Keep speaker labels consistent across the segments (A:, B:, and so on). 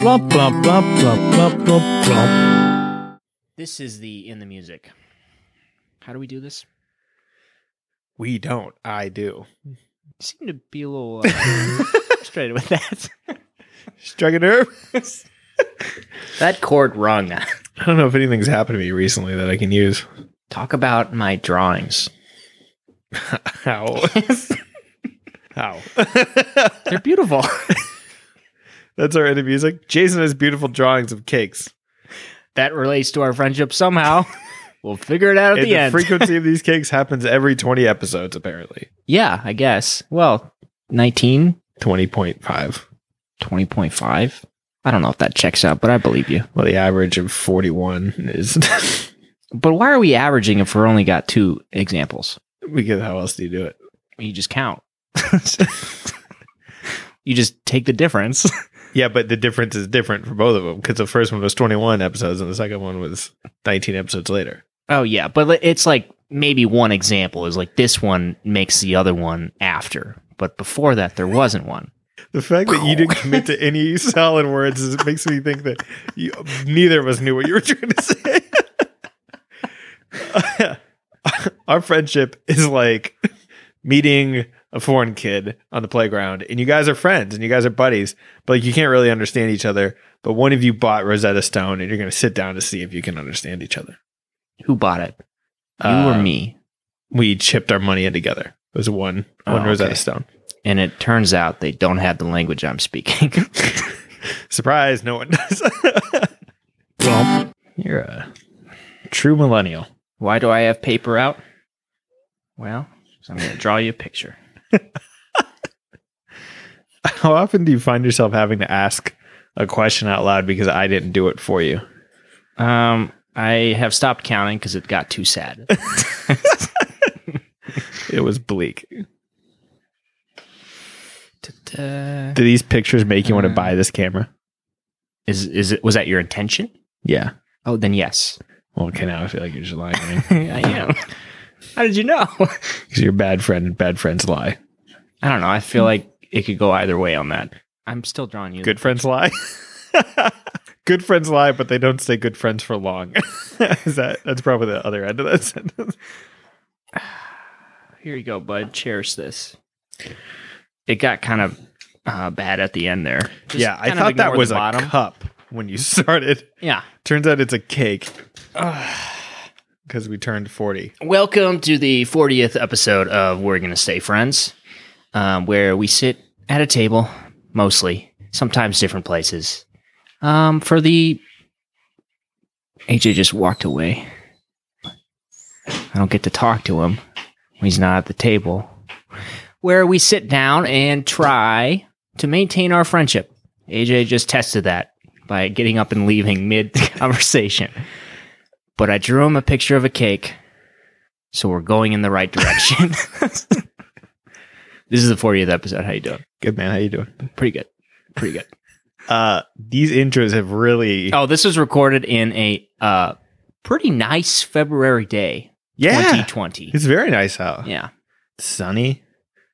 A: Blop, blop, blop, blop, blop, blop, blop.
B: This is the in the music. How do we do this?
A: We don't. I do.
B: You seem to be a little uh, straight with that.
A: Struck a nerve.
B: that chord rung.
A: I don't know if anything's happened to me recently that I can use.
B: Talk about my drawings.
A: How? How?
B: They're beautiful.
A: That's our end of music. Jason has beautiful drawings of cakes.
B: that relates to our friendship somehow. We'll figure it out at
A: and
B: the end.
A: frequency of these cakes happens every 20 episodes, apparently.
B: yeah, I guess. Well, 19,
A: 20.5.
B: 20.5. I don't know if that checks out, but I believe you.
A: Well, the average of 41 is.
B: But why are we averaging if we're only got two examples?
A: because how else do you do it?
B: You just count. you just take the difference.
A: Yeah, but the difference is different for both of them because the first one was 21 episodes and the second one was 19 episodes later.
B: Oh yeah, but li- it's like maybe one example is like this one makes the other one after, but before that there wasn't one.
A: The fact that you didn't commit to any solid words is, makes me think that you, neither of us knew what you were trying to say. Our friendship is like meeting a foreign kid on the playground, and you guys are friends and you guys are buddies, but like you can't really understand each other. But one of you bought Rosetta Stone, and you're going to sit down to see if you can understand each other.
B: Who bought it? You
A: Uh,
B: or me?
A: We chipped our money in together. It was one one
B: Oh,
A: Rosetta
B: okay.
A: Stone.
B: And it turns out they don't have the language I'm speaking.
A: Surprise! No one does. well, you're a true millennial.
B: Why do I have paper out? Well, 'cause I'm going to draw you a picture.
A: How often do you find yourself having to ask a question out loud because I didn't do it for you?
B: Um, I have stopped counting because it got too sad.
A: It was bleak.
B: Ta-ta.
A: Do these pictures make you want to
B: Uh.
A: buy this camera?
B: Is is it was that your intention?
A: Yeah.
B: Oh, then yes,
A: Well, okay, now I feel like you're just lying to me
B: I am. How did you know?
A: because you're a bad friend and bad friends lie.
B: I don't know. I feel like it could go either way on that. Mm. I'm still drawing you.
A: Good friends lie. good friends lie, but they don't stay good friends for long. Is that that's probably the other end of that sentence?
B: Here you go, bud. Cherish this. It got kind of uh, bad at the end there. Just
A: yeah, I
B: kind of
A: thought that
B: ignore the
A: was a cup when you started.
B: yeah.
A: Turns out it's a cake because we turned 40.
B: Welcome to the 40th episode of We're Gonna Stay Friends, um, where we sit at a table, mostly, sometimes different places. Um, for the AJ just walked away. I don't get to talk to him when he's not at the table. Where we sit down and try to maintain our friendship. AJ just tested that by getting up and leaving mid conversation. But I drew him a picture of a cake so we're going in the right direction. this is the 40th episode. How you doing?
A: Good man, how you doing?
B: Pretty good. Pretty good.
A: Uh, these intros have really
B: Oh, this was recorded in a uh, pretty nice February day, 2020.
A: It's very nice out.
B: Yeah,
A: It's sunny.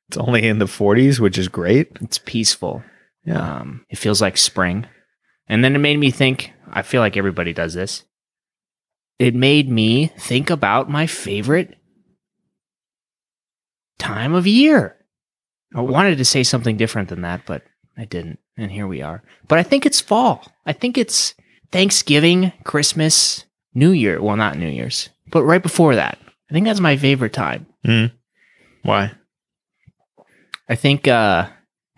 A: It's only in the 40s, which is great.
B: it's peaceful. Um, it feels like spring. And then it made me think, I feel like everybody does this. It made me think about my favorite time of year. I wanted to say something different than that, but I didn't. And here we are. But I think it's fall. I think it's Thanksgiving, Christmas, New Year. Well, not New Year's, but right before that. I think that's my favorite time.
A: Why?
B: I think uh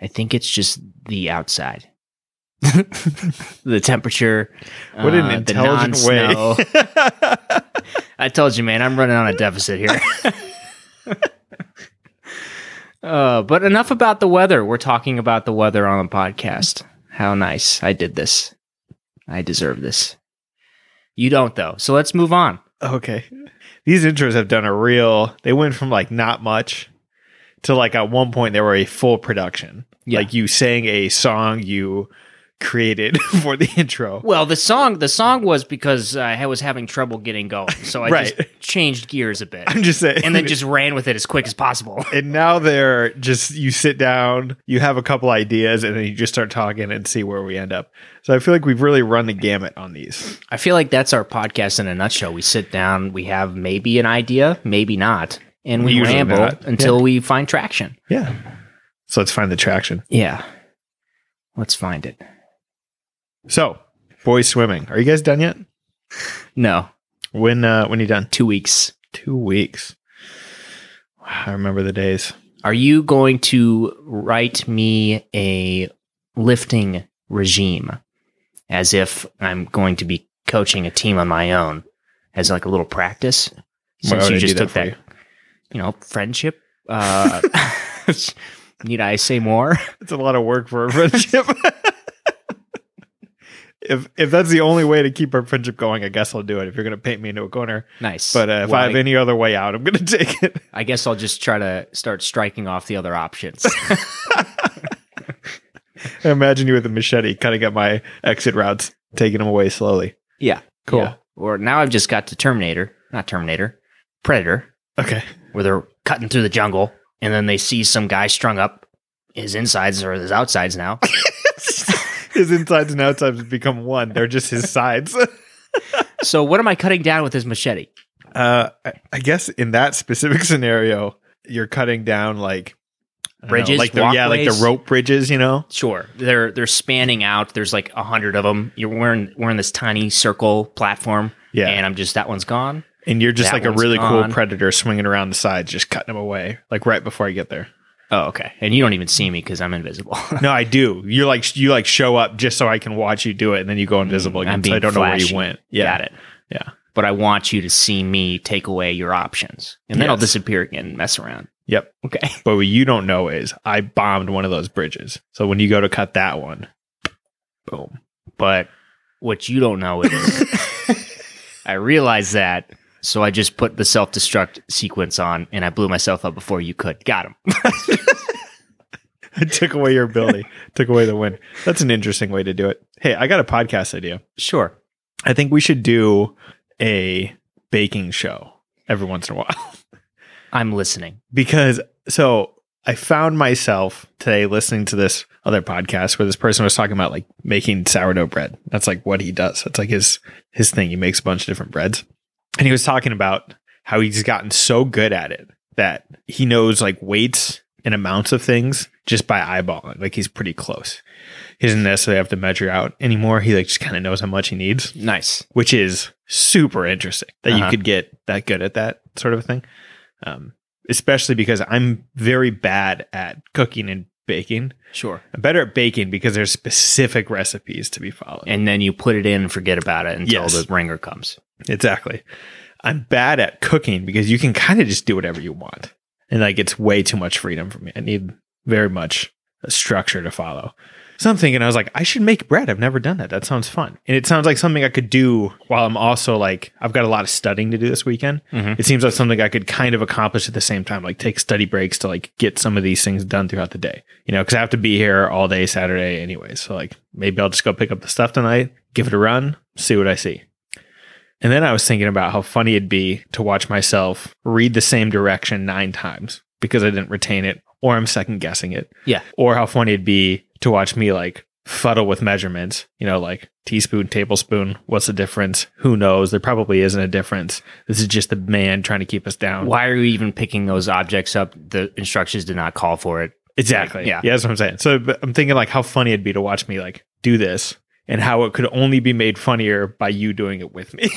B: I think it's just the outside. the temperature.
A: What an
B: uh, the
A: intelligent
B: non-snow.
A: way.
B: I told you, man, I'm running on a deficit here. uh, but enough about the weather. We're talking about the weather on the podcast. How nice. I did this. I deserve this. You don't though. So let's move on.
A: okay. These intros have done a real, they went from like not much to like at one point they were a full production.
B: Yeah.
A: Like you sang a song, you created for the intro.
B: Well, the song the song was because uh, I was having trouble getting going, so I
A: Right.
B: just changed gears a bit
A: I'm just saying.
B: and then just ran with it as quick as possible.
A: and now they're just you sit down, you have a couple ideas, and then you just start talking and see where we end up. So I feel like we've really run the gamut on these.
B: I feel like that's our podcast in a nutshell. We sit down, we have maybe an idea, maybe not, and we
A: Usually
B: ramble
A: not.
B: until we find traction.
A: Yeah. So let's find the traction.
B: Yeah. Let's find it.
A: So, boys swimming. Are you guys done yet?
B: No,
A: When uh when you done?
B: 2 weeks.
A: Two weeks. Wow, I remember the days.
B: Are you going to write me a lifting regime as if I'm going to be coaching a team on my own as like a little practice?
A: Why
B: Since
A: would
B: you
A: I do
B: just took
A: for
B: that, you? know, friendship. Uh, need I say more?
A: It's a lot of work for a friendship. if if that's the only way to keep our friendship going, I guess I'll do it. If you're going to paint me into a corner,
B: Nice.
A: but uh, if
B: Well,
A: I have any other way out, I'm going to take it.
B: I guess I'll just try to start striking off the other options.
A: I imagine you with a machete cutting up my exit routes, taking them away slowly.
B: yeah.
A: Cool.
B: Yeah. Or now I've just got to Terminator, not Terminator, Predator.
A: Okay.
B: where they're cutting through the jungle and then they see some guy strung up his insides or his outsides now.
A: his insides and outsides have become one. They're just his sides.
B: so what am I cutting down with his machete?
A: Uh, I, I guess in that specific scenario, you're cutting down like I don't know,
B: Bridges,
A: like the, yeah, like the
B: walkways?
A: rope bridges. You know,
B: Sure. They're they're spanning out. There's like a hundred of them. You're we're in we're in this tiny circle platform.
A: Yeah.
B: And I'm just that one's gone.
A: and you're just
B: That
A: like a
B: one's
A: really
B: gone.
A: cool predator swinging around the sides, just cutting them away, like right before I get there.
B: Oh, okay. And you don't even see me because I'm invisible.
A: No, I do. You're like you like show up just so I can watch you do it, and then you go invisible again.
B: Mm, I'm
A: so I
B: being
A: don't know where
B: flashy.
A: you went. Yeah,
B: Got it.
A: Yeah.
B: But I want you to see me take away your options. And then I'll
A: Yes.
B: disappear again and mess around.
A: Yep.
B: Okay.
A: But what you don't know is I bombed one of those bridges. So when you go to cut that one, boom.
B: But what you don't know is I realized that. So I just put the self destruct sequence on and I blew myself up before you could. Got him.
A: I took away your ability, took away the win. That's an interesting way to do it. Hey, I got a podcast idea.
B: Sure.
A: I think we should do a baking show every once in a while
B: I'm listening.
A: because so I found myself today listening to this other podcast where this person was talking about like making sourdough bread. That's like what he does. That's like his his thing. He makes a bunch of different breads. And he was talking about how he's gotten so good at it that he knows like weights and amounts of things just by eyeballing. Like he's pretty close. He doesn't necessarily have to measure out anymore. He like just kind of knows how much he needs
B: Nice.
A: which is super interesting that
B: Uh-huh.
A: you could get that good at that sort of thing. Um, especially because I'm very bad at cooking and baking.
B: Sure.
A: I'm better at baking because there's specific recipes to be followed.
B: And then you put it in and forget about it until
A: Yes.
B: the ringer comes.
A: Exactly. I'm bad at cooking because you can kind of just do whatever you want. And like it's way too much freedom for me. I need very much a structure to follow. So I'm thinking, I was like, I should make bread. I've never done that. That sounds fun. And it sounds like something I could do while I'm also like, I've got a lot of studying to do this weekend.
B: Mhm.
A: It seems like something I could kind of accomplish at the same time, like take study breaks to like get some of these things done throughout the day, you know, because I have to be here all day Saturday anyway. So like maybe I'll just go pick up the stuff tonight, give it a run, see what I see. And then I was thinking about how funny it'd be to watch myself read the same direction nine times because I didn't retain it or I'm second guessing it.
B: Yeah.
A: Or how funny it'd be to watch me like fuddle with measurements, you know, like teaspoon, tablespoon, what's the difference? Who knows? There probably isn't a difference. This is just the man trying to keep us down.
B: Why are you even picking those objects up? The instructions did not call for it.
A: Exactly.
B: Like, yeah.
A: Yeah, that's what I'm saying. So but I'm thinking like how funny it'd be to watch me like do this and how it could only be made funnier by you doing it with me.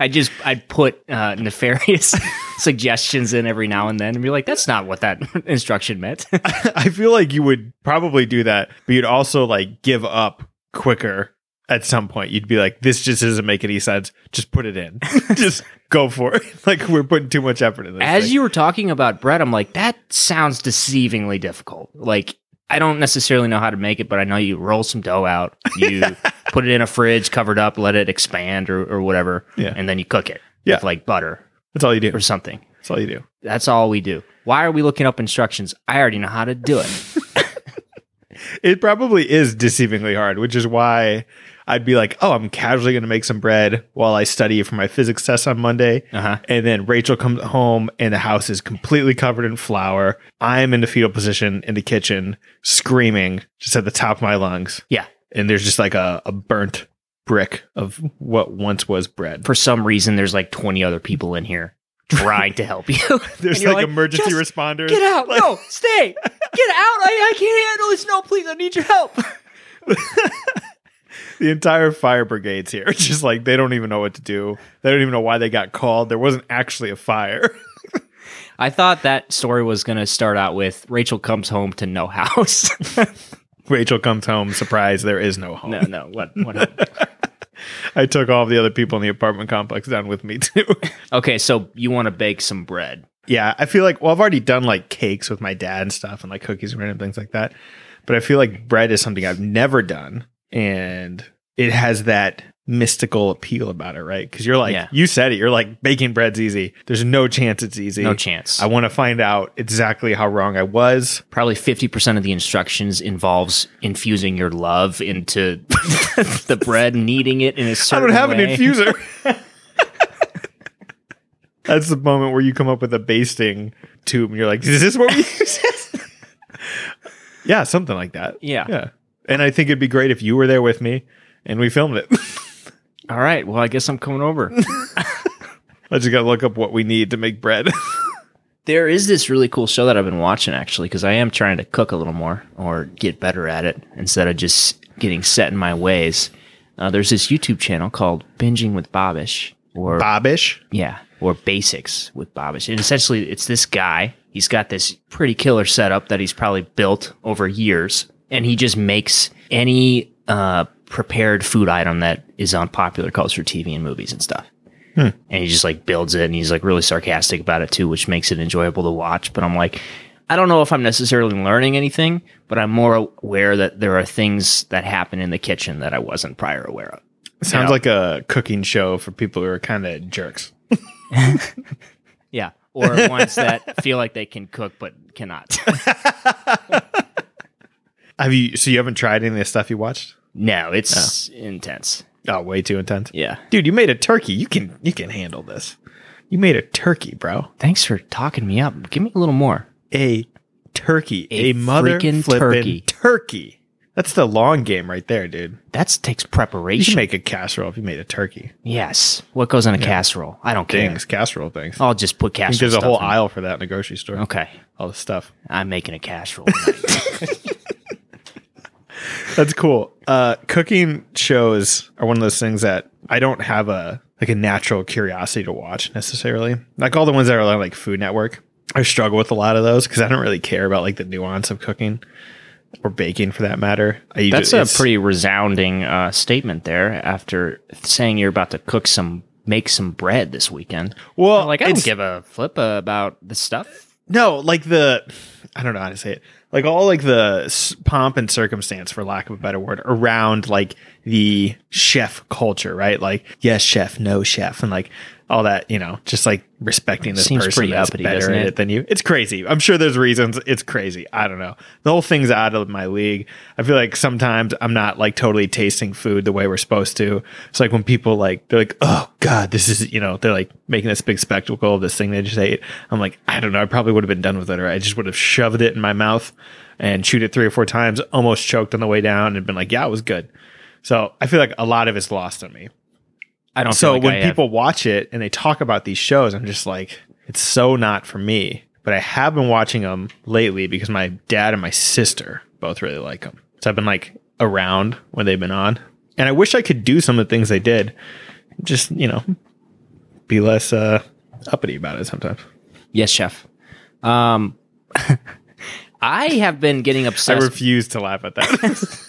B: I just, I'd put uh, nefarious suggestions in every now and then and be like, that's not what that instruction meant.
A: I feel like you would probably do that, but you'd also like give up quicker at some point. You'd be like, this just doesn't make any sense. Just put it in. just go for it. Like we're putting too much effort in this.
B: As
A: thing.
B: you were talking about bread, I'm like, that sounds deceivingly difficult. Like, I don't necessarily know how to make it, but I know you roll some dough out, you put it in a fridge, cover it up, let it expand or, or whatever,
A: Yeah.
B: and then you cook it
A: Yeah.
B: with like butter
A: That's all you
B: or
A: do.
B: something.
A: That's all you do.
B: That's all we do. Why are we looking up instructions? I already know how to do it.
A: it probably is deceivingly hard, which is why I'd be like, oh, I'm casually going to make some bread while I study for my physics test on Monday.
B: Uh huh.
A: And then Rachel comes home and the house is completely covered in flour. I'm in the fetal position in the kitchen, screaming just at the top of my lungs.
B: Yeah.
A: And there's just like a, a burnt brick of what once was bread.
B: For some reason, there's like 20 other people in here trying to help you.
A: There's
B: And you're
A: like,
B: like,
A: emergency
B: "Just
A: responders.
B: Get out! No, stay! Get out! I, I can't handle this. No, please, I need your help.
A: the entire fire brigade's here. It's just like they don't even know what to do. They don't even know why they got called. There wasn't actually a fire.
B: I thought that story was going to start out with Rachel comes home to no house.
A: Rachel comes home, surprised there is no home.
B: no, no, what? what
A: I took all the other people in the apartment complex down with me too.
B: okay, so you want to bake some bread.
A: yeah, I feel like well, I've already done like cakes with my dad and stuff, and like cookies and random things like that. But I feel like bread is something I've never done, and it has that mystical appeal about it, right? Because you're like,
B: Yeah.
A: you said it. You're like baking bread's easy. There's no chance it's easy.
B: No chance.
A: I want to find out exactly how wrong I was.
B: Probably 50% of the instructions involves infusing your love into the bread, kneading it in a
A: I
B: certain
A: don't have
B: way.
A: an infuser. That's the moment where you come up with a basting tube and you're like, is this what we use? yeah, something like that.
B: Yeah.
A: Yeah. And I think it'd be great if you were there with me and we filmed it.
B: All right, well, I guess I'm coming over.
A: I just gotta look up what we need to make bread.
B: there is this really cool show that I've been watching actually because I am trying to cook a little more or get better at it instead of just getting set in my ways. Uh, there's this YouTube channel called Binging with Bobbish or
A: Bobbish.
B: yeah or Basics with Bobbish, and essentially it's this guy. He's got this pretty killer setup that he's probably built over years, and he just makes any uh, prepared food item that is on popular culture, TV, and movies and stuff and he just like builds it and he's like really sarcastic about it too which makes it enjoyable to watch but i'm like i don't know if i'm necessarily learning anything but i'm more aware that there are things that happen in the kitchen that i wasn't prior aware of
A: Sounds
B: Yeah.
A: like a cooking show for people who are kind of jerks.
B: yeah or ones that feel like they can cook but cannot
A: Have you? So you haven't tried any of the stuff you watched?
B: no it's intense
A: Oh, way too intense.
B: yeah
A: Dude, you made a turkey. You can you can handle this. You made a turkey, bro.
B: thanks for talking me up give me a little more
A: a turkey, a,
B: A
A: mother
B: freaking
A: flippin' turkey.
B: turkey.
A: That's the long game right there, dude.
B: that takes
A: You should
B: preparation
A: make a casserole if you made a turkey.
B: yes what goes on a casserole i don't care
A: Things, casserole things. I
B: i'll just put
A: think
B: casserole
A: there's a
B: stuff
A: whole
B: in.
A: aisle for that in a grocery store.
B: okay
A: All the stuff.
B: i'm making a casserole
A: That's cool. Uh, cooking shows are one of those things that I don't have a like a natural curiosity to watch necessarily. Like all the ones that are on like Food Network, I struggle with a lot of those because I don't really care about like the nuance of cooking or baking for that matter. I usually-
B: That's a
A: it's-
B: pretty resounding uh, statement there. After saying you're about to cook some, make some bread this weekend.
A: well.
B: Like I don't
A: it's-
B: give a flip about the stuff.
A: No, like the I don't know how to say it. Like all like the s- pomp and circumstance, for lack of a better word, around like the chef culture, right? Like yes, chef, no, chef, and like all that. You know, just like respecting this
B: Seems
A: person
B: pretty
A: that's
B: uppity,
A: better
B: doesn't
A: at
B: it?
A: it than you. It's crazy. I'm sure there's reasons. It's crazy. I don't know. The whole thing's out of my league. I feel like sometimes I'm not like totally tasting food the way we're supposed to. It's like when people like they're like, oh god, this is you know they're like making this big spectacle of this thing they just ate. I'm like, I don't know. I probably would have been done with it, or I just would have shoved it in my mouth and chewed it three or four times, almost choked on the way down, and been like, yeah, it was good. So I feel like a lot of it's lost on me
B: I don't.
A: so
B: feel like
A: when
B: I have-
A: people watch it and they talk about these shows i'm just like it's so not for me but i have been watching them lately because my dad and my sister both really like them so i've been like around when they've been on and i wish i could do some of the things they did just you know be less uh uppity about it sometimes
B: yes, chef. Um, I have been getting
A: i
B: obsessed.
A: refuse to laugh at that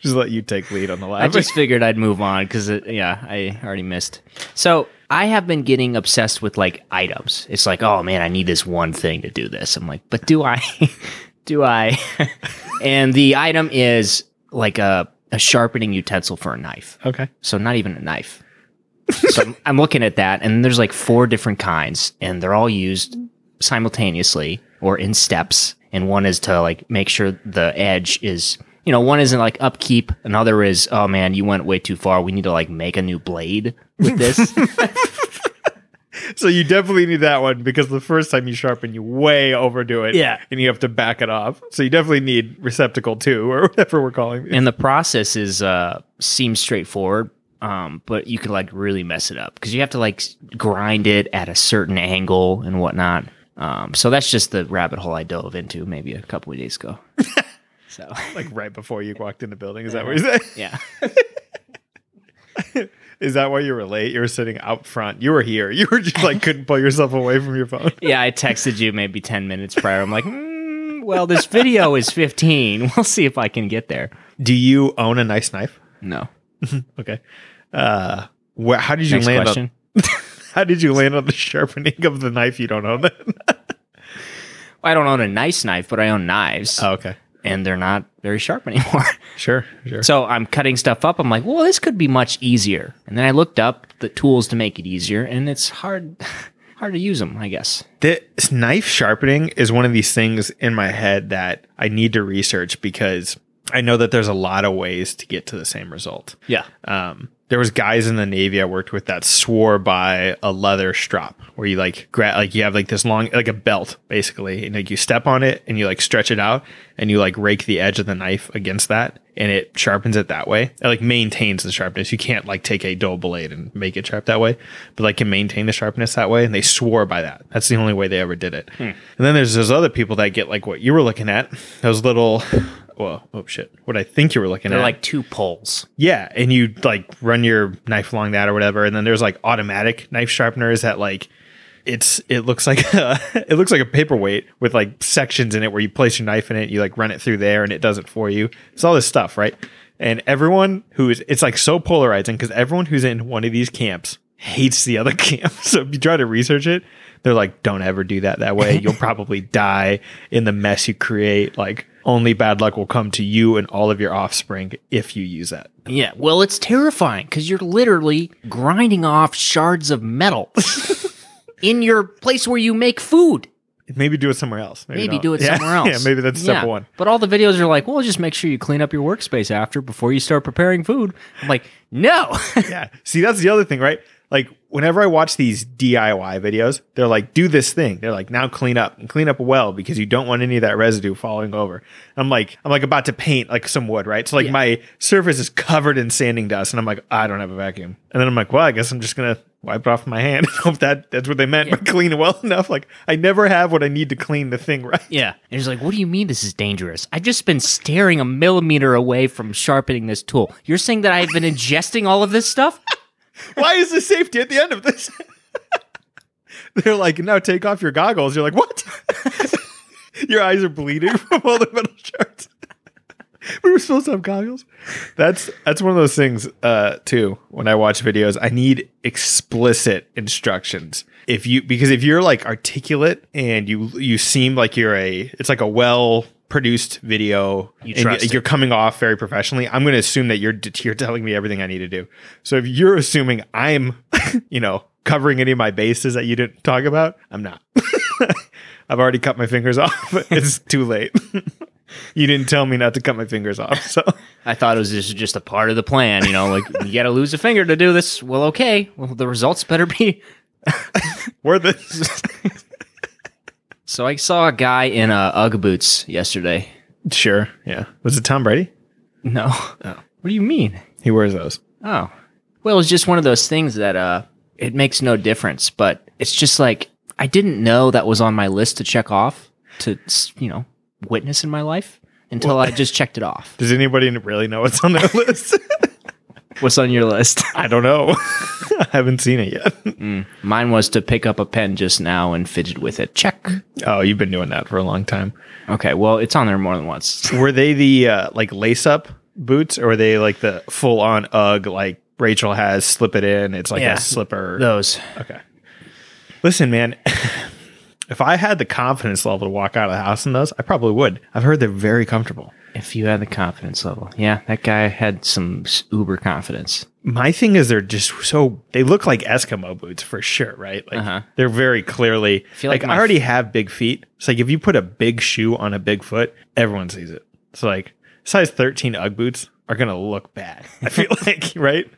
A: just let you take lead on the
B: I
A: laugh
B: just figured I'd move on because yeah, I already missed. So I have been getting obsessed with like items. It's like, oh man, I need this one thing to do this. I'm like, but do I? do I? and the item is like a a sharpening utensil for a knife.
A: okay
B: So not even a knife. so I'm, I'm looking at that, and there's like four different kinds, and they're all used simultaneously or in steps. and one is to like make sure the edge is you know one isn't like upkeep another is oh man you went way too far we need to like make a new blade with this
A: So you definitely need that one because the first time you sharpen, you way overdo it.
B: Yeah.
A: And you have to back it off. So you definitely need receptacle two or whatever we're calling it.
B: and the process is uh seems straightforward um but you could like really mess it up because you have to like s- grind it at a certain angle and whatnot um so that's just the rabbit hole i dove into maybe a couple of days ago so
A: like right before you walked in the building. Is that what you said?
B: yeah
A: Is that why you were late? You were sitting out front. You were here. You were just like couldn't pull yourself away from your phone.
B: yeah i texted you maybe 10 minutes prior i'm like mm, well this video is 15 we'll see if i can get there
A: Do you own a nice knife?
B: no
A: Okay. Uh, wh- how did you
B: next
A: land
B: question
A: on? How did you land on the sharpening of the knife you don't own? Then?
B: i don't own a nice knife but i own knives
A: Oh, okay.
B: and they're not very sharp anymore
A: Sure. Sure.
B: So I'm cutting stuff up. I'm like, well, this could be much easier. And then I looked up the tools to make it easier, and it's hard, hard to use them, I guess.
A: this knife sharpening is one of these things in my head that I need to research because I know that there's a lot of ways to get to the same result.
B: Yeah.
A: Um, there was guys in the Navy I worked with that swore by a leather strop where you like gra- like you have like this long like a belt basically and like you step on it and you like stretch it out and you like rake the edge of the knife against that and it sharpens it that way. It like maintains the sharpness. You can't like take a dull blade and make it sharp that way, but like can maintain the sharpness that way. And they swore by that. That's the only way they ever did it.
B: Hmm.
A: And then there's those other people that get like what you were looking at, those little, well, oh shit, what I think you were looking
B: They're
A: at.
B: like two poles.
A: Yeah, and you like run your knife along that or whatever, and then there's like automatic knife sharpeners that like it's it looks like a, it looks like a paperweight with like sections in it where you place your knife in it, you like run it through there, and it does it for you. It's all this stuff, right? And everyone who is it's like so polarizing because everyone who's in one of these camps hates the other camp. So if you try to research it, they're like, "Don't ever do that that way. You'll probably die in the mess you create." Like. Only bad luck will come to you and all of your offspring if you use that.
B: Yeah. Well, it's terrifying because you're literally grinding off shards of metal in your place where you make food.
A: Maybe do it somewhere else.
B: Maybe
A: not.
B: do it
A: Yeah.
B: somewhere else.
A: Yeah, maybe that's step
B: Yeah.
A: one.
B: But all the videos are like, well, just make sure you clean up your workspace after before you start preparing food. I'm like, no.
A: Yeah. See, that's the other thing, right? Like whenever I watch these DIY videos, they're like, do this thing. They're like, now clean up and clean up well because you don't want any of that residue falling over. I'm like, I'm like about to paint like some wood, right? So like my surface is covered in sanding dust, and I'm like, I don't have a vacuum. And then I'm like, well, I guess I'm just gonna wipe it off with my hand and hope that that's what they meant, but clean well enough. Like I never have what I need to clean the thing right.
B: Yeah. And he's like, What do you mean this is dangerous? I've just been staring a millimeter away from sharpening this tool. You're saying that I've been ingesting all of this stuff?
A: Why is the safety at the end of this? They're like, now take off your goggles. You're like, what? your eyes are bleeding from all the metal shards. we were supposed to have goggles. That's that's one of those things uh, too. When I watch videos, I need explicit instructions. If you because if you're like articulate and you you seem like you're a it's like a well produced video
B: You
A: and
B: trust it.
A: you're coming off very professionally i'm going to assume that you're you're telling me everything i need to do so if you're assuming i'm you know covering any of my bases that you didn't talk about i'm not I've already cut my fingers off. It's too late. you didn't tell me not to cut my fingers off. So
B: I thought it was just, just a part of the plan, you know, like you gotta lose a finger to do this. Well, okay. Well the results better be
A: worth it.
B: So I saw a guy in uh Ugg boots yesterday.
A: sure. Yeah. Was it Tom Brady?
B: No. What do you mean?
A: He wears those.
B: Oh. Well, it's just one of those things that uh it makes no difference, but it's just like I didn't know that was on my list to check off to, s- you know, witness in my life until I just checked it off.
A: Does anybody really know what's on their list?
B: What's on your list?
A: I don't know. I haven't seen it yet.
B: Mine was to pick up a pen just now and fidget with it. Check.
A: Oh, you've been doing that for a long time.
B: Okay, well, it's on there more than once.
A: Were they the uh, like lace up boots or were they like the full on UGG like Rachel has slip it in? It's like
B: Yeah.
A: a slipper.
B: Those.
A: Okay. Listen, man, If I had the confidence level to walk out of the house in those, I probably would. I've heard they're very comfortable.
B: If you had the confidence level, yeah, that guy had some s- uber confidence.
A: My thing is they're just so they look like Eskimo boots for sure, right? Like
B: Uh-huh.
A: they're very clearly
B: feel
A: like,
B: like my
A: I already have big feet. It's like if you put a big shoe on a big foot, everyone sees it. So like size 13 UGG boots are gonna look bad. I feel like, right?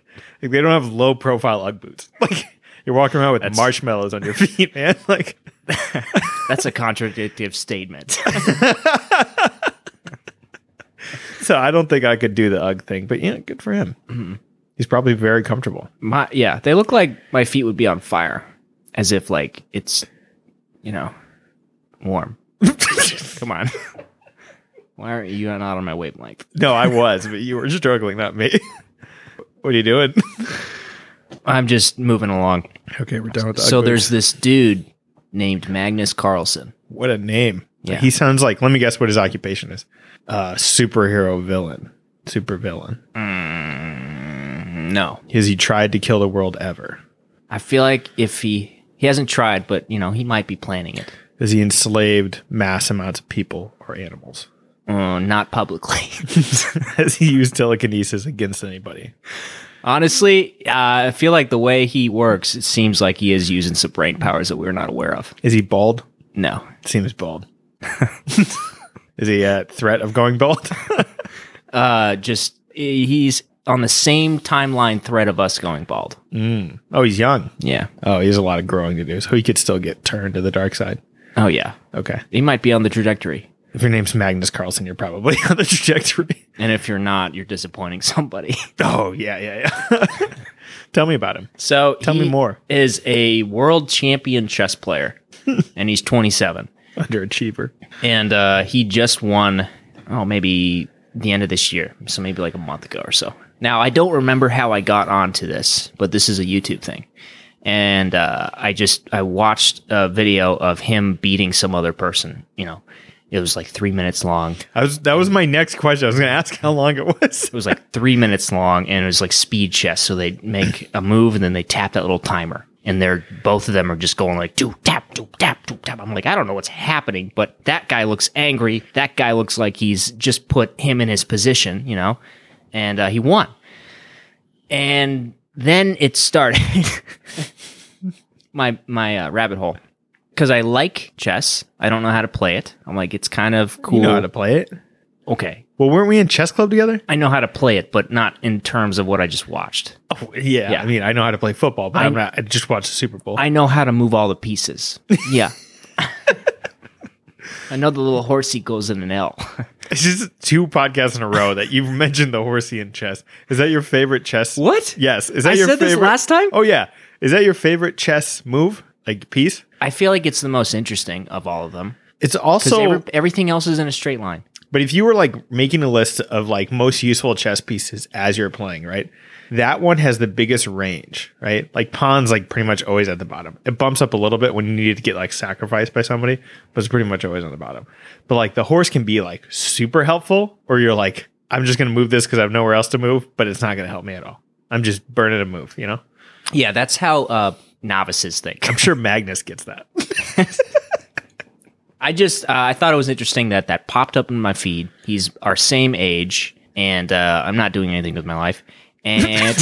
A: Like they don't have low profile UGG boots. Like you're walking around with marshmallows on your feet, man. Like
B: That's a contradictive statement.
A: so I don't think I could do the UGG thing, but yeah, good for him. He's probably very comfortable.
B: my yeah, they look like my feet would be on fire, as if like it's, you know, warm. Come on, why aren't you not on my wavelength?
A: No, I was, but you were struggling, not me. what are you doing?
B: I'm just moving along.
A: okay, we're done with
B: So there's this dude named Magnus Carlson.
A: what a name.
B: Yeah.
A: He sounds like let me guess what his occupation is. Uh superhero villain. Super villain.
B: No,
A: Is he tried to kill the world ever?
B: I feel like if he he hasn't tried, but you know he might be planning it.
A: Is he enslaved mass amounts of people or animals?
B: Uh, not publicly.
A: Has he used telekinesis against anybody?
B: Honestly, uh, I feel like the way he works, it seems like he is using some brain powers that we're not aware of.
A: Is he bald?
B: No,
A: Seems bald. is he at threat of going bald?
B: uh, just he's on the same timeline thread of us going bald.
A: oh, he's young.
B: Yeah.
A: Oh, he has a lot of growing to do, so he could still get turned to the dark side.
B: Oh yeah.
A: Okay.
B: He might be on the trajectory,
A: If your name's Magnus Carlson, you're probably on the trajectory.
B: and if you're not, you're disappointing somebody.
A: Oh, yeah, yeah, yeah. Tell me about him.
B: So
A: Tell me
B: he
A: more.
B: Is a world champion chess player, and he's 27,
A: Underachiever.
B: and uh, he just won. Oh, maybe the end of this year, so maybe like a month ago or so. Now I don't remember how I got onto this, but this is a YouTube thing, and uh, I just I watched a video of him beating some other person. You know, it was like three minutes long.
A: I was that was my next question. I was gonna ask how long it was.
B: It was like three minutes long, and it was like speed chess. So they make a move, and then they tap that little timer, and they're both of them are just going like do tap do tap do tap. I'm like, I don't know what's happening, but that guy looks angry. That guy looks like he's just put him in his position, you know, and uh, he won. And then it started my my uh, rabbit hole because I like chess. I don't know how to play it. I'm like, it's kind of cool.
A: You know how to play it.
B: okay.
A: Well, weren't we in chess club together?
B: I know how to play it, but not in terms of what I just watched.
A: Oh, yeah.
B: Yeah.
A: I mean, I know how to play football, but I, am not. I just watched the Super Bowl.
B: I know how to move all the pieces. Yeah. I know the little horsey goes in an L.
A: it's just two podcasts in a row that you've mentioned the horsey in chess. Is that your favorite chess?
B: What?
A: Yes. Is that
B: I
A: your
B: said this
A: favorite?
B: last time?
A: Oh yeah. Is that your favorite chess move? Like piece?
B: I feel like it's the most interesting of all of them.
A: It's
B: Because
A: also
B: everything else is in a straight line.
A: But if you were like making a list of like most useful chess pieces as you're playing, right? That one has the biggest range, right? Like pawns, like pretty much always at the bottom. It bumps up a little bit when you need to get like sacrificed by somebody, but it's pretty much always on the bottom. But like the horse can be like super helpful, or you're like, I'm just gonna move this because I have nowhere else to move, but it's not gonna help me at all. I'm just burning a move, you know.
B: Yeah, that's how uh, novices think.
A: I'm sure Magnus gets that.
B: I just uh, I thought it was interesting that that popped up in my feed. He's our same age, and uh, I'm not doing anything with my life. And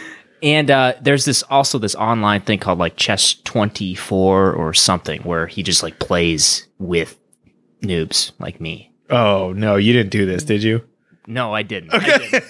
B: and uh, there's this also this online thing called like Chess 24 or something where he just like plays with noobs like me.
A: Oh no, you didn't do this, did you?
B: No, I didn't. I didn't.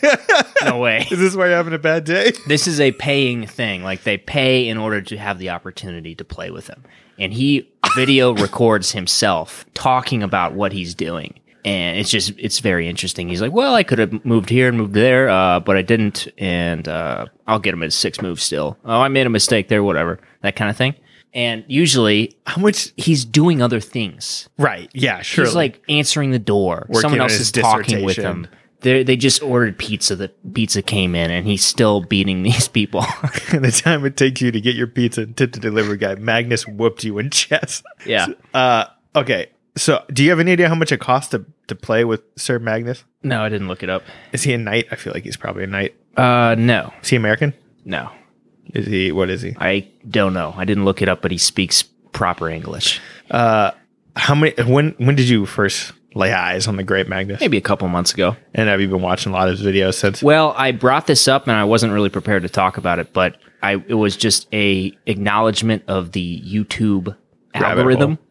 B: No way.
A: Is this why you're having a bad day?
B: this is a paying thing. Like they pay in order to have the opportunity to play with him. And he video records himself talking about what he's doing. And it's just it's very interesting. He's like, well, I could have moved here and moved there, uh, but I didn't, and uh, I'll get him at six moves still. Oh, I made a mistake there, whatever, that kind of thing. And usually,
A: How much?
B: he's doing other things.
A: Right? Yeah, sure.
B: He's like answering the door. Someone
A: on
B: else
A: his
B: is talking with
A: dissertation.
B: him. They they just ordered pizza. The pizza came in, and he's still beating these people.
A: and the time it takes you to get your pizza and tip the delivery guy, Magnus whooped you in chess.
B: yeah.
A: Uh, okay. So, do you have any idea how much it costs to, to play with Sir Magnus?
B: No, I didn't look it up.
A: Is he a knight? I feel like he's probably a knight.
B: Uh, no,
A: Is he American?
B: no.
A: Is he? What is he?
B: I don't know. I didn't look it up, but he speaks proper English.
A: Uh, how many? When when did you first lay eyes on the Great Magnus?
B: Maybe a couple months ago.
A: And have you been watching a lot of his videos since?
B: Well, I brought this up and I wasn't really prepared to talk about it, but I it was just a acknowledgement of the YouTube
A: Rabbit
B: algorithm
A: hole.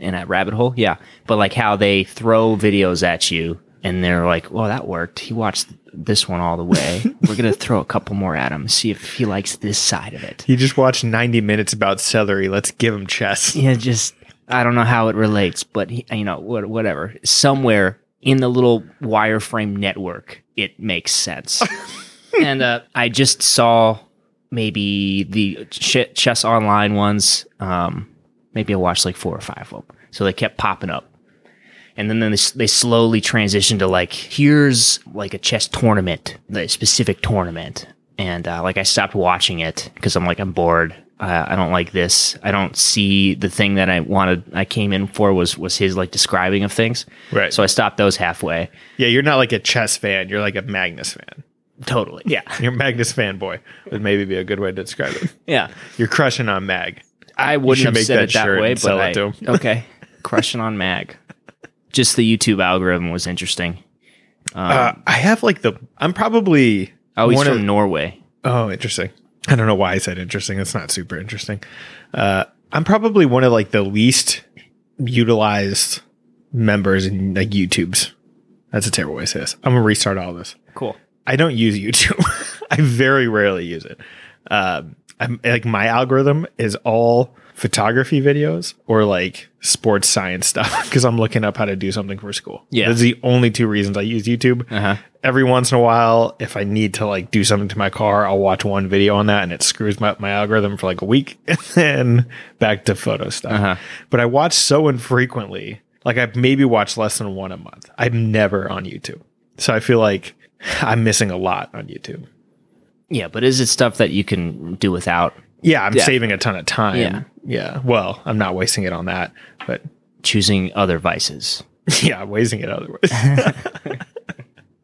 B: and a rabbit hole. Yeah, but like how they throw videos at you and they're like, "Well, that worked. He watched this one all the way. We're gonna throw a couple more at him, see if he likes this side of it."
A: He just watched 90 minutes about celery. Let's give him chess.
B: Yeah, just I don't know how it relates, but he, you know, what, whatever. Somewhere in the little wireframe network, it makes sense. and uh, I just saw maybe the ch- chess online ones. Um, maybe I watched like four or five of them, so they kept popping up. And then, then they, s- they slowly transitioned to like, here's like a chess tournament, the specific tournament. And uh, like I stopped watching it because I'm like, I'm bored. Uh, I don't like this. I don't see the thing that I wanted. I came in for was was his like describing of things.
A: Right.
B: So I stopped those halfway.
A: Yeah, you're not like a chess fan. You're like a Magnus fan.
B: Totally. Yeah.
A: You're a Magnus fanboy would maybe be a good way to describe it.
B: Yeah.
A: You're crushing on Mag.
B: I wouldn't
A: should
B: have
A: make
B: said
A: that
B: it that
A: shirt
B: way,
A: and sell
B: but
A: it
B: I,
A: to 'em.
B: okay, crushing on Mag. Just the YouTube algorithm was interesting.
A: Uh, I have like the. I'm probably.
B: Oh, he's
A: one
B: from
A: of-
B: Norway.
A: Oh, interesting. I don't know why I said interesting. It's not super interesting. Uh, I'm probably one of like the least utilized members in like YouTube's. That's a terrible way to say this. I'm gonna restart all this.
B: Cool.
A: I don't use YouTube. I very rarely use it. Um, I'm like my algorithm is all photography videos or like sports science stuff because I'm looking up how to do something for school.
B: Yeah.
A: that's the only two reasons I use YouTube.
B: Uh huh.
A: Every once in a while, if I need to like do something to my car, I'll watch one video on that and it screws my my algorithm for like a week, and then back to photo stuff.
B: Uh-huh.
A: But I watch so infrequently. Like I maybe watch less than one a month. I'm never on YouTube. So I feel like I'm missing a lot on YouTube.
B: Yeah, but is it stuff that you can do without?
A: Yeah, I'm
B: Yeah.
A: saving a ton of time.
B: Yeah.
A: Yeah. Well, I'm not wasting it on that, but
B: Choosing other vices.
A: yeah, I'm wasting it otherwise.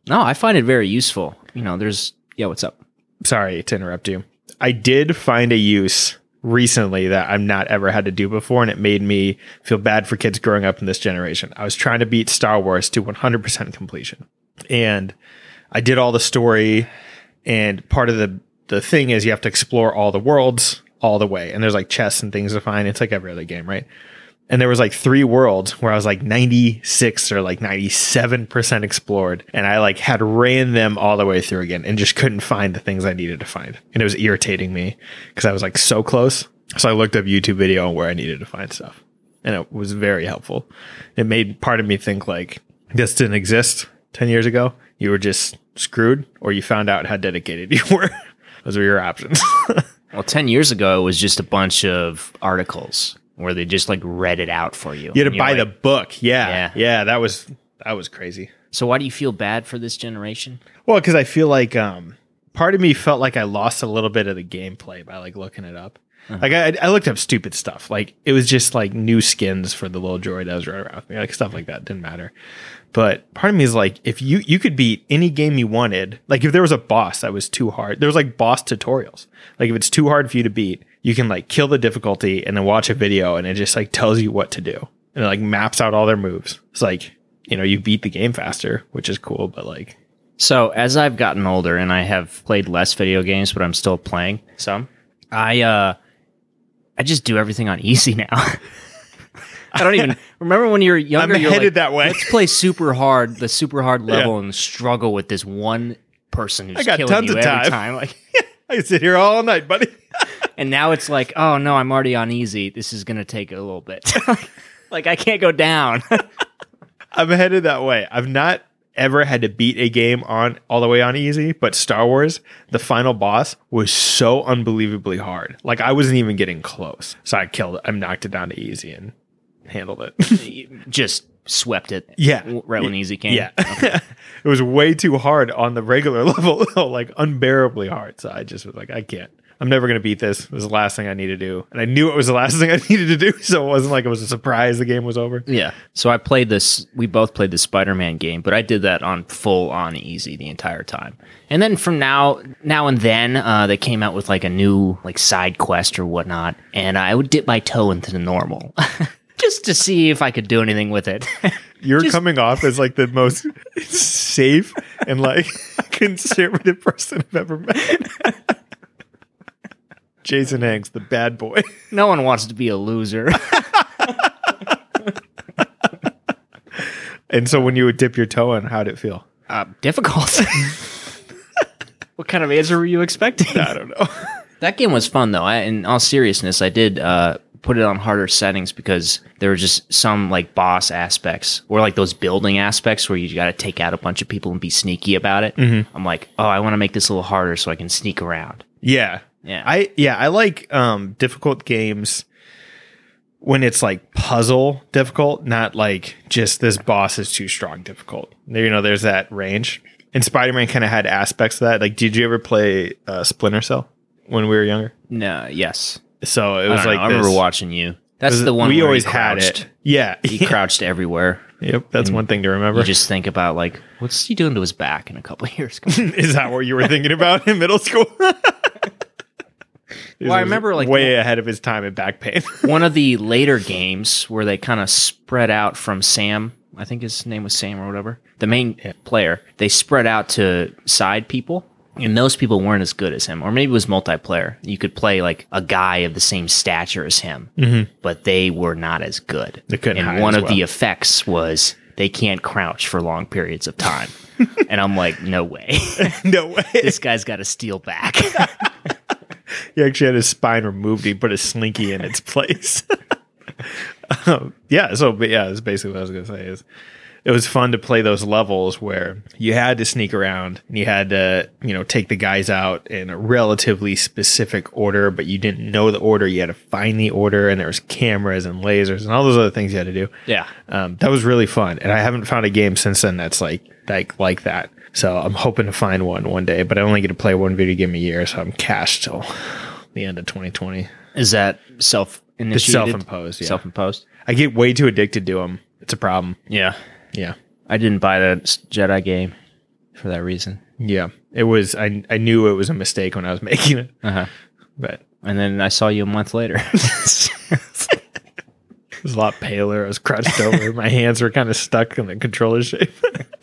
B: No, I find it very useful. You know, there's yeah. What's up?
A: Sorry to interrupt you. I did find a use recently that I've not ever had to do before, and it made me feel bad for kids growing up in this generation. I was trying to beat Star Wars to 100% completion, and I did all the story. And part of the the thing is you have to explore all the worlds all the way, and there's like chests and things to find. It's like every other game, right? and there was like three worlds where I was like 96 or like 97% explored and I like had ran them all the way through again and just couldn't find the things I needed to find and it was irritating me cuz I was like so close so I looked up YouTube video on where I needed to find stuff and it was very helpful it made part of me think like this didn't exist 10 years ago you were just screwed or you found out how dedicated you were those were your options
B: Well, ten years ago, it was just a bunch of articles where they just like read it out for you.
A: you had
B: And
A: to
B: you're
A: buy the
B: like,
A: book
B: Yeah.
A: yeah yeah that was that was crazy
B: So why do you feel bad for this generation?
A: Well, because I feel like um, part of me felt like I lost a little bit of the gameplay by like looking it up. Like I, I looked up stupid stuff. Like it was just like new skins for the little droid that was running around with me. Like stuff like that didn't matter. But part of me is like, if you you could beat any game you wanted. Like if there was a boss that was too hard, there was like boss tutorials. Like if it's too hard for you to beat, you can like kill the difficulty and then watch a video, and it just like tells you what to do and it like maps out all their moves. It's like you know you beat the game faster, which is cool. But like
B: So as I've gotten older and I have played less video games, but I'm still playing some. I uh, I just do everything on easy now. I don't even remember when you were younger.
A: I'm
B: you're
A: headed
B: like,
A: that way.
B: Let's play super hard, the super hard level, and struggle with this one person who's
A: I got
B: killing
A: tons
B: you
A: of
B: every
A: time.
B: time. Like,
A: I sit here all night, buddy.
B: and now it's like, oh no, I'm already on easy. This is gonna take a little bit. like I can't go down.
A: I'm headed that way. I've not ever had to beat a game on all the way on easy, but Star Wars, the final boss was so unbelievably hard. Like I wasn't even getting close. So I killed it. I knocked it down to easy and handled it.
B: just swept it.
A: Yeah.
B: w- right when easy came.
A: yeah. it was way too hard on the regular level, though, like unbearably hard. So I just was like, I can't. I'm never going to beat this. It was the last thing I need to do. And I knew it was the last thing I needed to do. So it wasn't like it was a surprise the game was over.
B: Yeah. So I played this. We both played the Spider-Man game, but I did that on full on easy the entire time. And then from now now and then, uh, they came out with like a new like side quest or whatnot, and I would dip my toe into the normal just to see if I could do anything with it.
A: You're
B: Just-
A: coming off as like the most safe and like conservative person I've ever met. Jason Hanks, the bad boy.
B: no one wants to be a loser.
A: And so when you would dip your toe in, how'd it feel?
B: uh, difficult. what kind of answer were you expecting?
A: I don't know.
B: That game was fun though. I, in all seriousness, I did uh, put it on harder settings because there were just some like boss aspects or like those building aspects where you got to take out a bunch of people and be sneaky about it.
A: Mm-hmm.
B: I'm like, oh, I want to make this a little harder so I can sneak around.
A: Yeah.
B: Yeah.
A: I yeah, I like um difficult games when it's like puzzle difficult, not like just this boss is too strong difficult. There, you know, there's that range. And Spider-Man kind of had aspects of that. Like, did you ever play uh, Splinter Cell when we were younger?
B: No, yes,
A: So it
B: I,
A: was
B: don't
A: like
B: know. I remember
A: this-
B: watching you. That's
A: was-
B: the one
A: we
B: where he
A: always had
B: crouched.
A: it. Yeah,
B: He crouched everywhere.
A: yep. That's one thing to remember.
B: You just think about like, what's he doing to his back in a couple of years?
A: is that what you were thinking about in middle school? well,
B: I remember, like,
A: way ahead of his time in back pain.
B: one of the later games where they kind of spread out from Sam, I think his name was Sam or whatever, the main player, they spread out to side people. And those people weren't as good as him, or maybe it was multiplayer. You could play like a guy of the same stature as him, but they were not as good.
A: Mm-hmm. They couldn't
B: And
A: hide
B: one
A: as
B: of the
A: well.
B: effects was they can't crouch for long periods of time. and I'm like, no way.
A: no way.
B: this guy's got to steal back.
A: He actually had his spine removed. He put a slinky in its place. um, yeah. So, but yeah, that's basically what I was gonna say. Is it was fun to play those levels where you had to sneak around and you had to, you know, take the guys out in a relatively specific order, but you didn't know the order. You had to find the order, and there was cameras and lasers and all those other things you had to do.
B: yeah.
A: Um, that was really fun, and I haven't found a game since then that's like like like that. So I'm hoping to find one one day, but I only get to play one video game a year, so I'm cashed till the end of 2020.
B: Is that self initiated?
A: self-imposed, yeah.
B: Self imposed.
A: I get way too addicted to them. It's a problem.
B: Yeah.
A: Yeah,
B: I didn't buy that s- Jedi game for that reason.
A: yeah. It was. I I knew it was a mistake when I was making it,
B: Uh-huh.
A: but
B: And then I saw you a month later.
A: I was a lot paler. I was crouched over. My hands were kind of stuck in the controller shape.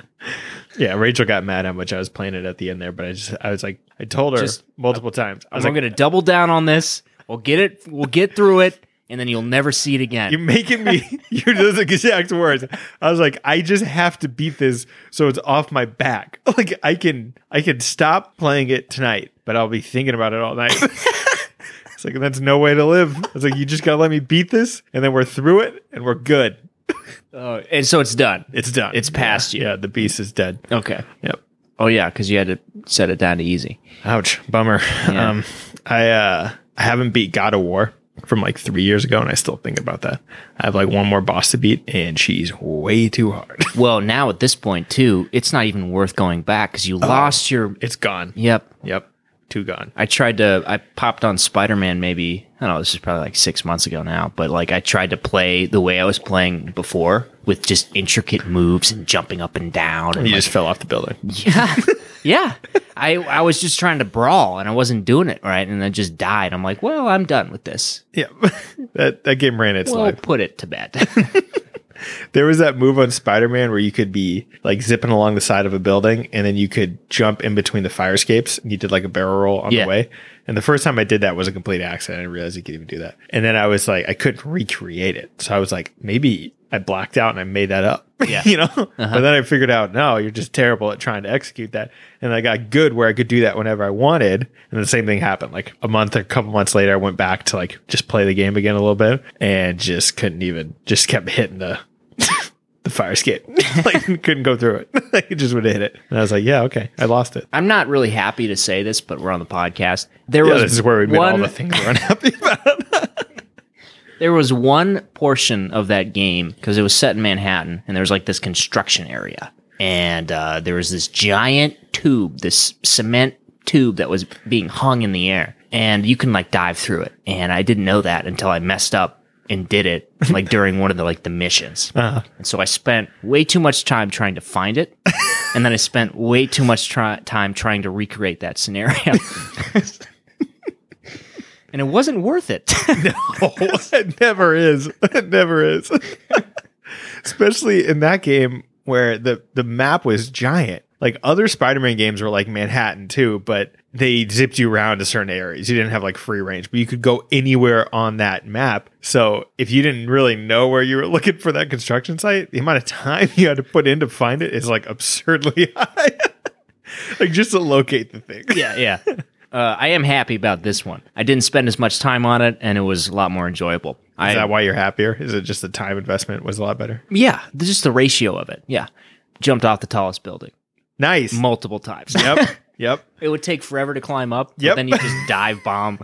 A: yeah, Rachel got mad how much I was playing it at the end there, but I just I was like I told her
B: Just-
A: multiple times. I
B: I'm
A: was like,
B: gonna double down on this. We'll get it. We'll get through it, and then you'll never see it again.
A: You're making me. You're those exact words. I was like, I just have to beat this, so it's off my back. Like I can, I can stop playing it tonight, but I'll be thinking about it all night. it's like that's no way to live. I was like, you just gotta let me beat this, and then we're through it, and we're good.
B: oh, and so it's done.
A: It's done.
B: It's past
A: yeah,
B: you.
A: Yeah, the beast is dead.
B: Okay.
A: Yep.
B: Oh yeah, because you had to set it down to easy.
A: Ouch. Bummer.
B: Yeah.
A: Um, I uh, I haven't beat God of War from like three years ago, and I still think about that. I have like one more boss to beat, and she's way too hard.
B: Well, now at this point too, it's not even worth going back because you lost your.
A: it's gone.
B: Yep.
A: Yep. Two gone.
B: I tried to I popped on Spider Man maybe I don't know, this is probably like six months ago now, but like I tried to play the way I was playing before with just intricate moves and jumping up and down and
A: You
B: like,
A: just fell off the building.
B: Yeah. yeah. I I was just trying to brawl and I wasn't doing it right and I just died. I'm like, well, I'm done with this.
A: Yeah. that that game ran its
B: Well
A: life.
B: put it to bed.
A: There was that move on Spider Man where you could be like zipping along the side of a building and then you could jump in between the fire escapes and you did like a barrel roll on
B: Yeah.
A: the way. And the first time I did that was a complete accident. I didn't realize you could even do that. And then I was like, I couldn't recreate it. So I was like, maybe I blacked out and I made that up.
B: Yeah. Uh-huh.
A: you know? But then I figured out, no, you're just terrible at trying to execute that. And I got good where I could do that whenever I wanted. And the same thing happened. Like a month or a couple months later, I went back to like just play the game again a little bit and just couldn't even, just kept hitting the the fire escape. like couldn't go through it. I just would have hit it. And I was like, yeah, okay, I lost it.
B: I'm not really happy to say this, but we're on the podcast. There
A: Yeah,
B: was
A: this is where we admit all
B: one,
A: the things we're unhappy about.
B: There was one portion of that game because it was set in Manhattan, and there was like this construction area, and uh, there was this giant tube, this cement tube that was being hung in the air, and you can like dive through it. And I didn't know that until I messed up and did it like during one of the like the missions.
A: Uh-huh.
B: And so I spent way too much time trying to find it, and then I spent way too much try- time trying to recreate that scenario. and it wasn't worth it.
A: Oh, it never is. It never is. Especially in that game where the, the map was giant. Like other Spider Man games were like Manhattan too, but they zipped you around to certain areas. You didn't have like free range, but you could go anywhere on that map. So if you didn't really know where you were looking for that construction site, the amount of time you had to put in to find it is like absurdly high. like just to locate the thing.
B: yeah, yeah. Uh, I am happy about this one. I didn't spend as much time on it, and it was a lot more enjoyable. I,
A: Is that why you're happier? Is it just the time investment was a lot better?
B: yeah, th- just the ratio of it. Yeah, jumped off the tallest building
A: Nice.
B: multiple times.
A: yep. Yep.
B: it would take forever to climb up.
A: Yep.
B: But then you just dive bomb.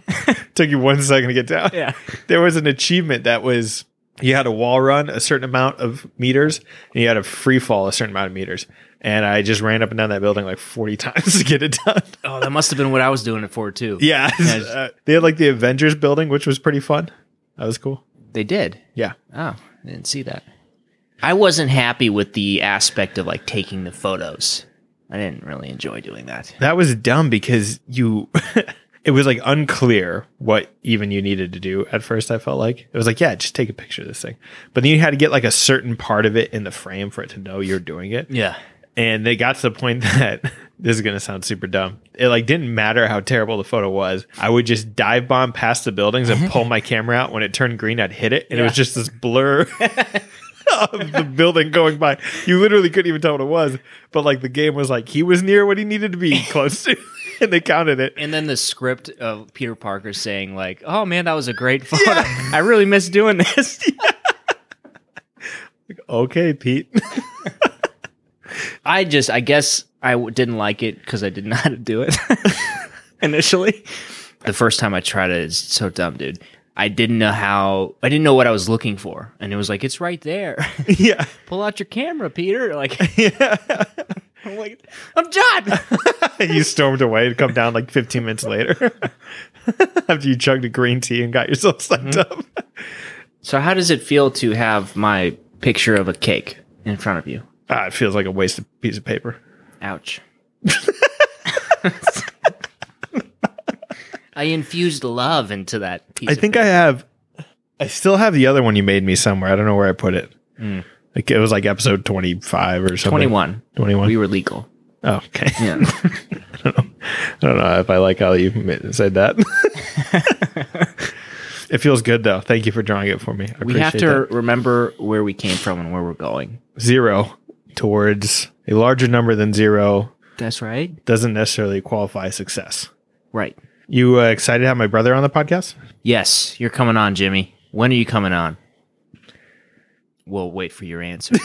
A: Took you one second to get down.
B: yeah,
A: There was an achievement that was you had a wall run a certain amount of meters and you had a free fall a certain amount of meters. And I just ran up and down that building like 40 times to get it done.
B: Oh, that must have been what I was doing it for too.
A: Yeah. Uh, they had like the Avengers building, which was pretty fun. That was cool.
B: they did.
A: Yeah.
B: Oh, I didn't see that. I wasn't happy with the aspect of like taking the photos. I didn't really enjoy doing that.
A: That was dumb because you, it was like unclear what even you needed to do at first. I felt like it was like, yeah, just take a picture of this thing. But then you had to get like a certain part of it in the frame for it to know you're doing it.
B: Yeah.
A: and they got to the point that this is going to sound super dumb. It like didn't matter how terrible the photo was. I would just dive bomb past the buildings and pull my camera out. When it turned green, I'd hit it, and it was
B: Yeah.
A: just this blur of the building going by. You literally couldn't even tell what it was. But like the game was like he was near what he needed to be close to, and they counted it.
B: And then the script of Peter Parker saying like, "Oh man, that was a great photo. I really miss doing this."
A: Okay, Pete.
B: I just, I guess, I w- didn't like it because I didn't know how to do it initially. The first time I tried it, it's so dumb, dude. I didn't know how. I didn't know what I was looking for, and it was like, "It's right there.
A: yeah,
B: Pull out your camera, Peter." Like,
A: yeah.
B: I'm like, "I'm John."
A: you stormed away and come down like 15 minutes later after you chugged a green tea and got yourself sucked
B: Mm-hmm.
A: up.
B: So, how does it feel to have my picture of a cake in front of you?
A: Ah, it feels like a wasted piece of paper.
B: Ouch. I infused love into that piece.
A: I think I have. I still have the other one you made me somewhere. I don't know where I put it. Like it was like episode twenty five or something.
B: Hmm. twenty-one.
A: Twenty one.
B: We were legal.
A: oh, okay.
B: Yeah.
A: I don't know if I like how you ma- said that. it feels good though. Thank you for drawing it for me. I
B: we have to
A: appreciate that.
B: remember where we came from and where we're going.
A: zero towards a larger number than zero
B: That's right.
A: doesn't necessarily qualify success.
B: Right.
A: You uh, excited to have my brother on the podcast?
B: Yes, you're coming on, Jimmy. When are you coming on? We'll wait for your answer.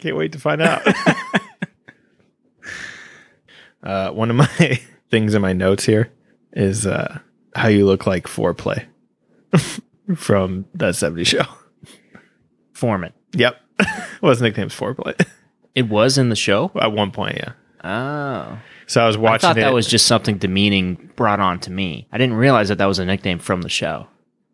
A: Can't wait to find out. uh, one of my things in my notes here is uh, how you look like foreplay from that 70 show.
B: Form it.
A: Yep. well, his nickname's foreplay
B: It was in the show.
A: at one point, yeah.
B: Oh.
A: So I was
B: I
A: watching
B: thought that
A: it.
B: was just something demeaning brought on to me. I didn't realize that that was a nickname from the show.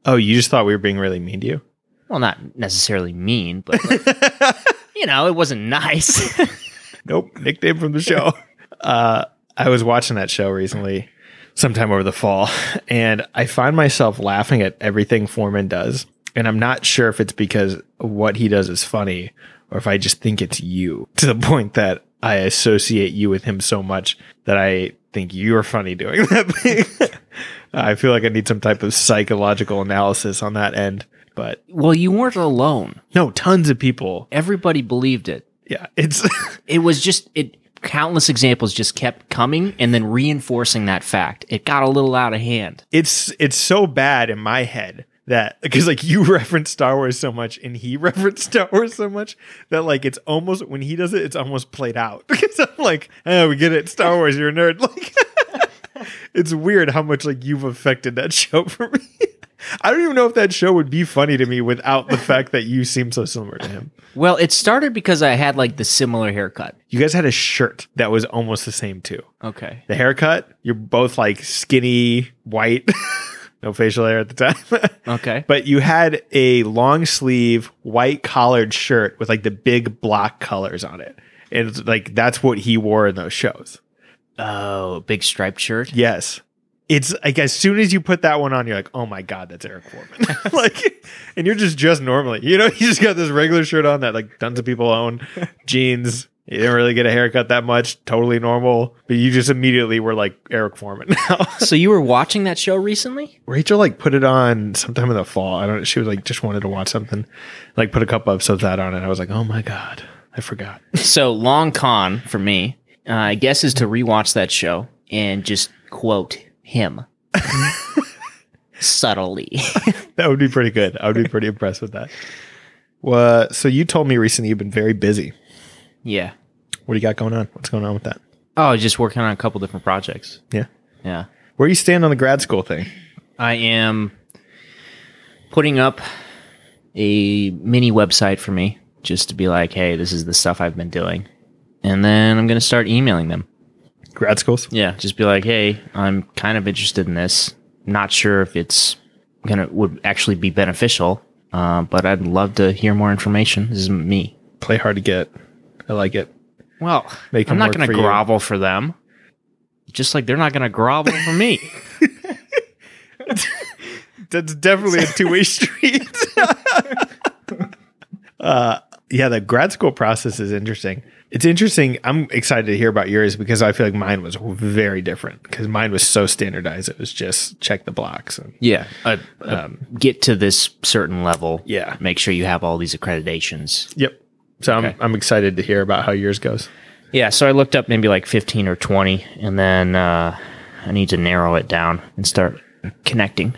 A: oh, you just thought we were being really mean to you?
B: Well, not necessarily mean, but like, you know, it wasn't nice.
A: Nope, nickname from the show. uh, I was watching that show recently, sometime over the fall, and I find myself laughing at everything Foreman does. And I'm not sure if it's because what he does is funny or if I just think it's you to the point that I associate you with him so much that I think you're funny doing that thing. I feel like I need some type of psychological analysis on that end. But
B: well, you weren't alone.
A: no, tons of people.
B: Everybody believed it.
A: Yeah, it's
B: It was just it. Countless examples just kept coming and then reinforcing that fact. It got a little out of hand.
A: it's it's so bad in my head that because like you reference Star Wars so much and he referenced Star Wars so much that like it's almost when he does it it's almost played out because I'm like oh we get it Star Wars you're a nerd like it's weird how much like you've affected that show for me I don't even know if that show would be funny to me without the fact that you seem so similar to him.
B: Well, it started because I had like the similar haircut.
A: You guys had a shirt that was almost the same too.
B: Okay.
A: The haircut, you're both like skinny, white, no facial hair at the time.
B: Okay.
A: but you had a long sleeve white collared shirt with like the big block colors on it. And it's like that's what he wore in those shows.
B: Oh, big striped shirt.
A: Yes. It's like as soon as you put that one on, you're like, oh my god, that's Eric Foreman. like, and you're just just normally, you know, you just got this regular shirt on that like tons of people own, jeans. You didn't really get a haircut that much, totally normal. But you just immediately were like Eric Foreman. Now
B: So you were watching that show recently?
A: Rachel like put it on sometime in the fall. I don't. She was like just wanted to watch something, like put a couple episodes of that on, and I was like, oh my god, I forgot.
B: So long con for me, uh, I guess, is to rewatch that show and just quote him subtly.
A: that would be pretty good. I would be pretty impressed with that. Well, so you told me recently you've been very busy.
B: yeah.
A: What do you got going on? What's going on with that?
B: Oh, just working on a couple different projects.
A: Yeah.
B: Yeah.
A: Where you stand on the grad school thing?
B: I am putting up a mini website for me just to be like, hey, this is the stuff I've been doing. And then I'm going to start emailing them.
A: Grad schools?
B: Yeah, just be like, hey, I'm kind of interested in this. Not sure if it's gonna would actually be beneficial, uh, but I'd love to hear more information. This is me.
A: Play hard to get. I like it.
B: Well,
A: Make
B: I'm
A: them
B: not
A: work
B: gonna
A: for you.
B: grovel for them, just like they're not gonna grovel for me.
A: That's definitely a two way street. uh, yeah, the grad school process is interesting. It's interesting. I'm excited to hear about yours because I feel like mine was very different because mine was so standardized. It was just check the blocks. And,
B: yeah, uh, uh, get to this certain level.
A: Yeah.
B: make sure you have all these accreditations.
A: yep. So I'm,
B: Okay.
A: I'm excited to hear about how yours goes.
B: Yeah, so I looked up maybe like 15 or 20, and then uh, I need to narrow it down and start connecting.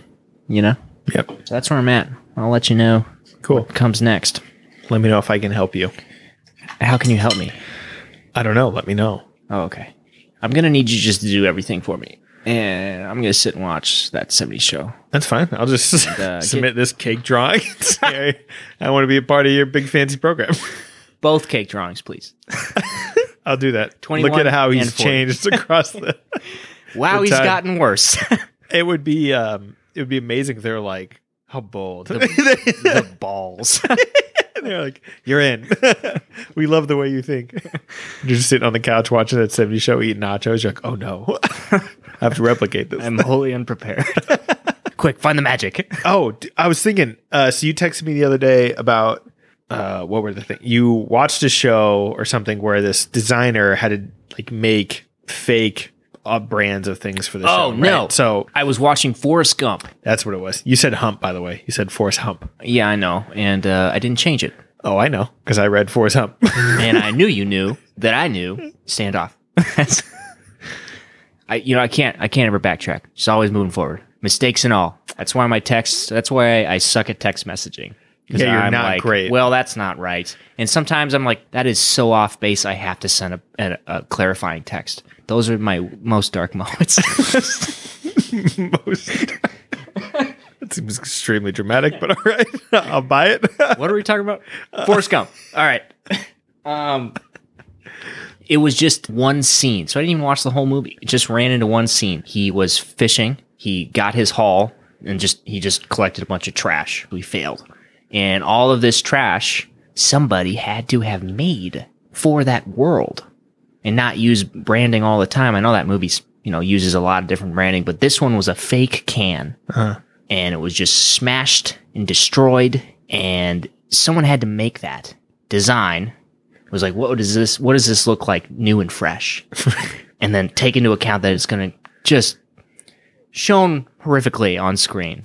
B: You know.
A: Yep.
B: So that's where I'm at. I'll let you know
A: Cool.
B: what comes next.
A: Let me know if I can help you.
B: How can you help me?
A: I don't know. Let me know.
B: Oh, okay. I'm gonna need you just to do everything for me, and I'm gonna sit and watch that 70s show.
A: That's fine. I'll just
B: uh,
A: submit this cake drawing. and say, I want to be a part of your big fancy program.
B: Both cake drawings, please.
A: I'll do that.
B: 21
A: Look at how he's
B: and 40.
A: changed across the.
B: Wow, he's
A: time.
B: gotten worse.
A: It would be um, it would be amazing if they're like, how bold.
B: the balls.
A: they're like, you're in. we love the way you think. You're just sitting on the couch watching that 70 show, eating nachos. You're like, oh no, I have to replicate this.
B: I'm wholly unprepared. Quick, find the magic.
A: Oh, d- I was thinking. Uh, so you texted me the other day about uh, what were the thing? You watched a show or something where this designer had to like make fake uh, brands of things for the show.
B: Oh, no.
A: right? So
B: I was watching Forrest Gump.
A: that's what it was. You said hump, by the way. You said force hump.
B: Yeah, I know, and uh, I didn't change it.
A: Oh, I know because I read force hump.
B: and I knew you knew that I knew. Stand off. That's- I, you know, I can't, I can't ever backtrack. Just always moving forward, mistakes and all. That's why my texts. That's why I suck at text messaging. 'Cause
A: Yeah, you're not
B: like,
A: great.
B: Well, that's not right. And sometimes I'm like, that is so off base. I have to send a, a, a clarifying text. Those are my most dark moments.
A: Most. That seems extremely dramatic, but all right, I'll buy it.
B: what are we talking about? Forrest Gump. All right. Um, it was just one scene, so I didn't even watch the whole movie. It just ran into one scene. He was fishing. He got his haul, and just he just collected a bunch of trash. We failed, and all of this trash somebody had to have made for that world, and not use branding all the time. I know that movie's you know uses a lot of different branding, but this one was a fake can and it was just smashed and destroyed and someone had to make that design It was like what does this what does this look like new and fresh and then take into account that it's going to just shown horrifically on screen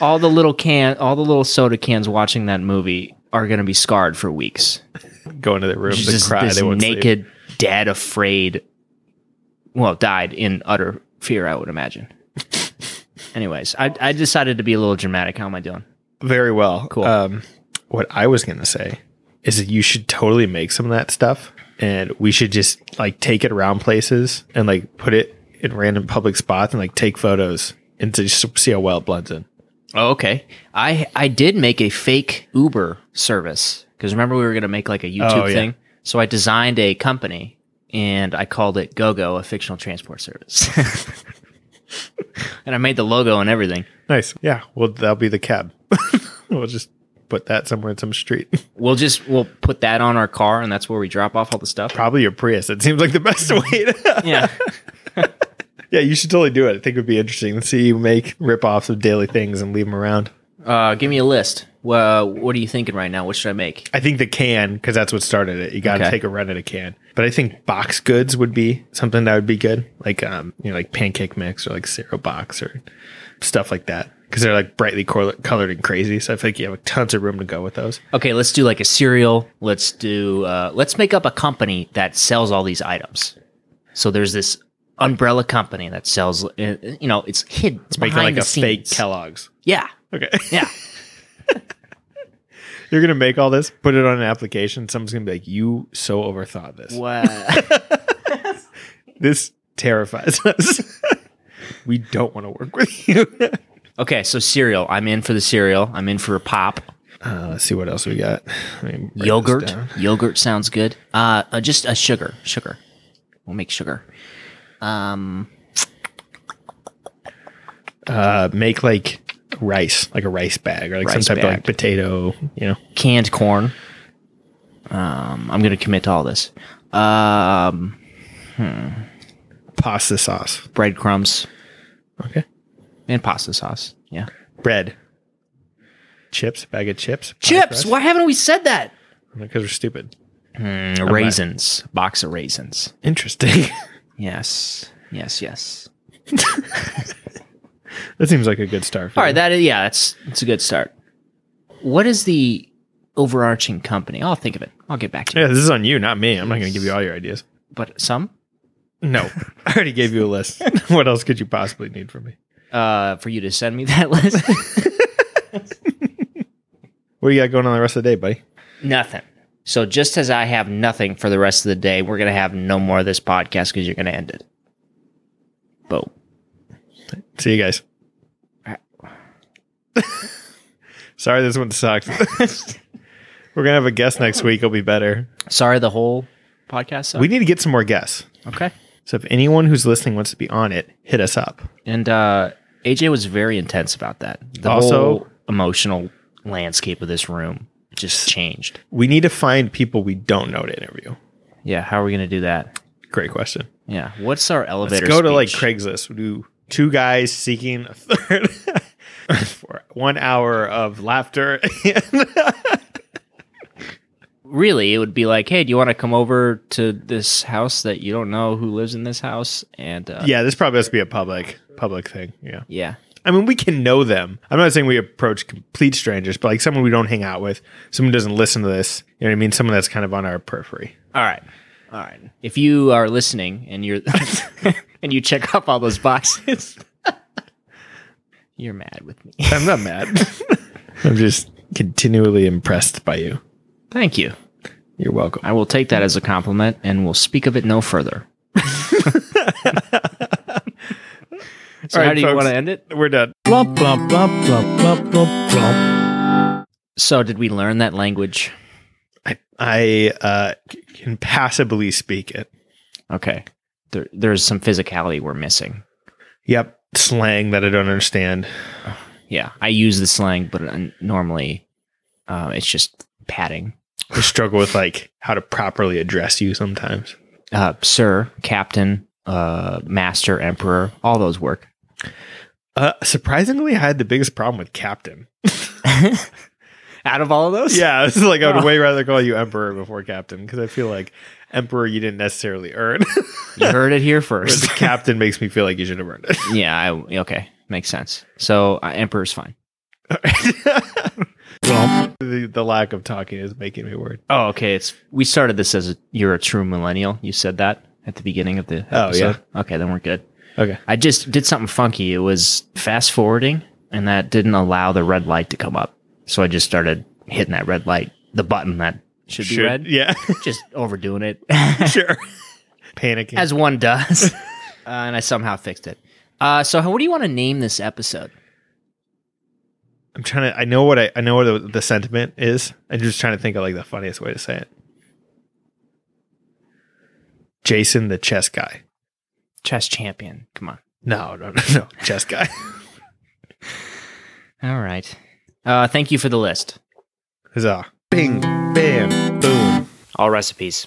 B: all the little can all the little soda cans watching that movie are going to be scarred for weeks
A: Go into their rooms and
B: just
A: cry.
B: this
A: They won't sleep.
B: naked dead afraid well died in utter fear i would imagine anyways I, I decided to be a little dramatic how am i doing
A: very well.
B: Cool.
A: Um, what I was gonna say is that you should totally make some of that stuff, and we should just like take it around places and like put it in random public spots and like take photos and to s- see how well it blends in.
B: Oh, okay. I I did make a fake Uber service because remember we were gonna make like a YouTube
A: Oh, yeah.
B: thing. So I designed a company and I called it GoGo, a fictional transport service. and I made the logo and everything.
A: Nice. Yeah. Well, that'll be the cab. we'll just put that somewhere in some street.
B: We'll just we'll put that on our car and that's where we drop off all the stuff.
A: Probably your Prius. It seems like the best way. To
B: Yeah.
A: yeah, you should totally do it. I think it would be interesting to see you make ripoffs of daily things and leave them around.
B: Uh, give me a list. Well, what are you thinking right now? What should I make?
A: I think the can, because that's what started it. You got to
B: Okay.
A: take a run at a can. But I think box goods would be something that would be good, like um, you know, like pancake mix or like cereal box or stuff like that, because they're like brightly cor- colored and crazy. So I feel like you have tons of room to go with those.
B: Okay, let's do like a cereal. Let's do uh, let's make up a company that sells all these items. So there's this umbrella company that sells. uh, You know, it's hidden. It's
A: Making
B: behind
A: like
B: the
A: a fake
B: scenes.
A: Kellogg's.
B: Yeah,
A: Okay,
B: yeah.
A: you're gonna make all this, put it on an application. Someone's gonna be like, "You so overthought this.
B: Wow.
A: This terrifies us. we don't want to work with you."
B: okay, so cereal. I'm in for the cereal. I'm in for a pop.
A: uh, let's see what else we got. Let me break this
B: Yogurt.
A: down.
B: Yogurt sounds good. Uh, uh, just a sugar. Sugar. We'll make sugar. Um,
A: uh, make like rice, like a rice bag, or like
B: Rice
A: some type
B: bag.
A: of like potato. You know,
B: canned corn. Um, I'm gonna commit to all this. Um.
A: pasta sauce.
B: breadcrumbs
A: Okay,
B: and pasta sauce. Yeah.
A: bread, chips, bag of chips,
B: Chips. Why haven't we said that?
A: Because we're stupid.
B: Mm, raisins. Box of raisins.
A: Interesting.
B: Yes. Yes. Yes.
A: that seems like a good start. For
B: All right. That is, yeah, that's, that's a good start. What is the overarching company? I'll think of it. I'll get back to you.
A: Yeah, this is on you, not me. I'm not going to give you all your ideas.
B: But some,
A: No, I already gave you a list. what else could you possibly need from me?
B: uh, for you to send me that list.
A: What do you got going on the rest of the day, buddy?
B: nothing. So just as I have nothing for the rest of the day, we're going to have no more of this podcast because you're going to end it. Boom.
A: See you guys. Sorry, this one sucked. We're gonna have a guest next week. It'll be better.
B: Sorry, the whole podcast. sucked.
A: We need to get some more guests.
B: okay.
A: So if anyone who's listening wants to be on it, hit us up.
B: And uh, AJ was very intense about that. The
A: Also-
B: whole emotional landscape of this room just changed.
A: We need to find people we don't know to interview.
B: Yeah, how are we gonna do that?
A: Great question.
B: Yeah, what's our
A: Let's
B: elevator?
A: go to like
B: speech?
A: Craigslist. We do two guys seeking a third for one hour of laughter.
B: Really, it would be like, hey, do you want to come over to this house that you don't know who lives in this house? And uh,
A: yeah, this probably has to be a public public thing. Yeah.
B: yeah,
A: I mean, we can know them. I'm not saying we approach complete strangers, but like someone we don't hang out with, someone who doesn't listen to this. You know what I mean? Someone that's kind of on our periphery.
B: All right, all right. If you are listening and you're and you check off all those boxes, you're mad with me.
A: I'm not mad. I'm just continually impressed by you.
B: Thank you.
A: You're welcome.
B: I will take that as a compliment and will speak of it no further. so
A: All right,
B: how do you
A: folks.
B: want to end it?
A: We're done.
C: Blump, blump, blump, blump, blump, blump, blump.
B: So did we learn that language?
A: I, I uh, c- can passably speak it.
B: Okay. There, there's some physicality we're missing.
A: Yep, slang that I don't understand.
B: Yeah, I use the slang, but uh, normally uh, it's just padding.
A: I struggle with like how to properly address you sometimes.
B: Uh, sir, captain, uh, master, emperor, all those work.
A: Uh, surprisingly, I had the biggest problem with captain.
B: Out of all of those?
A: Yeah, it's like I would
B: Oh.
A: way rather call you emperor before captain because I feel like emperor you didn't necessarily earn.
B: You heard it here
A: Whereas
B: first.
A: captain makes me feel like you should have earned
B: yeah, I, okay. Makes sense. So uh, emperor's fine.
A: it. the, the lack of talking is making me worried.
B: Oh, okay. It's we started this as a, you're a true millennial. You said that at the beginning of the
A: Oh,
B: episode. Oh yeah. Okay, then we're good.
A: Okay.
B: I just did something funky. It was fast forwarding, and that didn't allow the red light to come up. So I just started hitting that red light, the button that should, be red.
A: Yeah,
B: Just overdoing it
A: sure. Panicking.
B: as one does, uh, and I somehow fixed it. Uh, so, how, what do you want to name this episode?
A: I'm trying to. I know what I. I know what the, the sentiment is. I'm just trying to think of like the funniest way to say it. Jason, the chess guy.
B: Chess champion. Come on.
A: No, no, no, no, chess guy.
B: All right. Uh, thank you for the list.
A: Huzzah! Bing, bam, boom.
B: All recipes.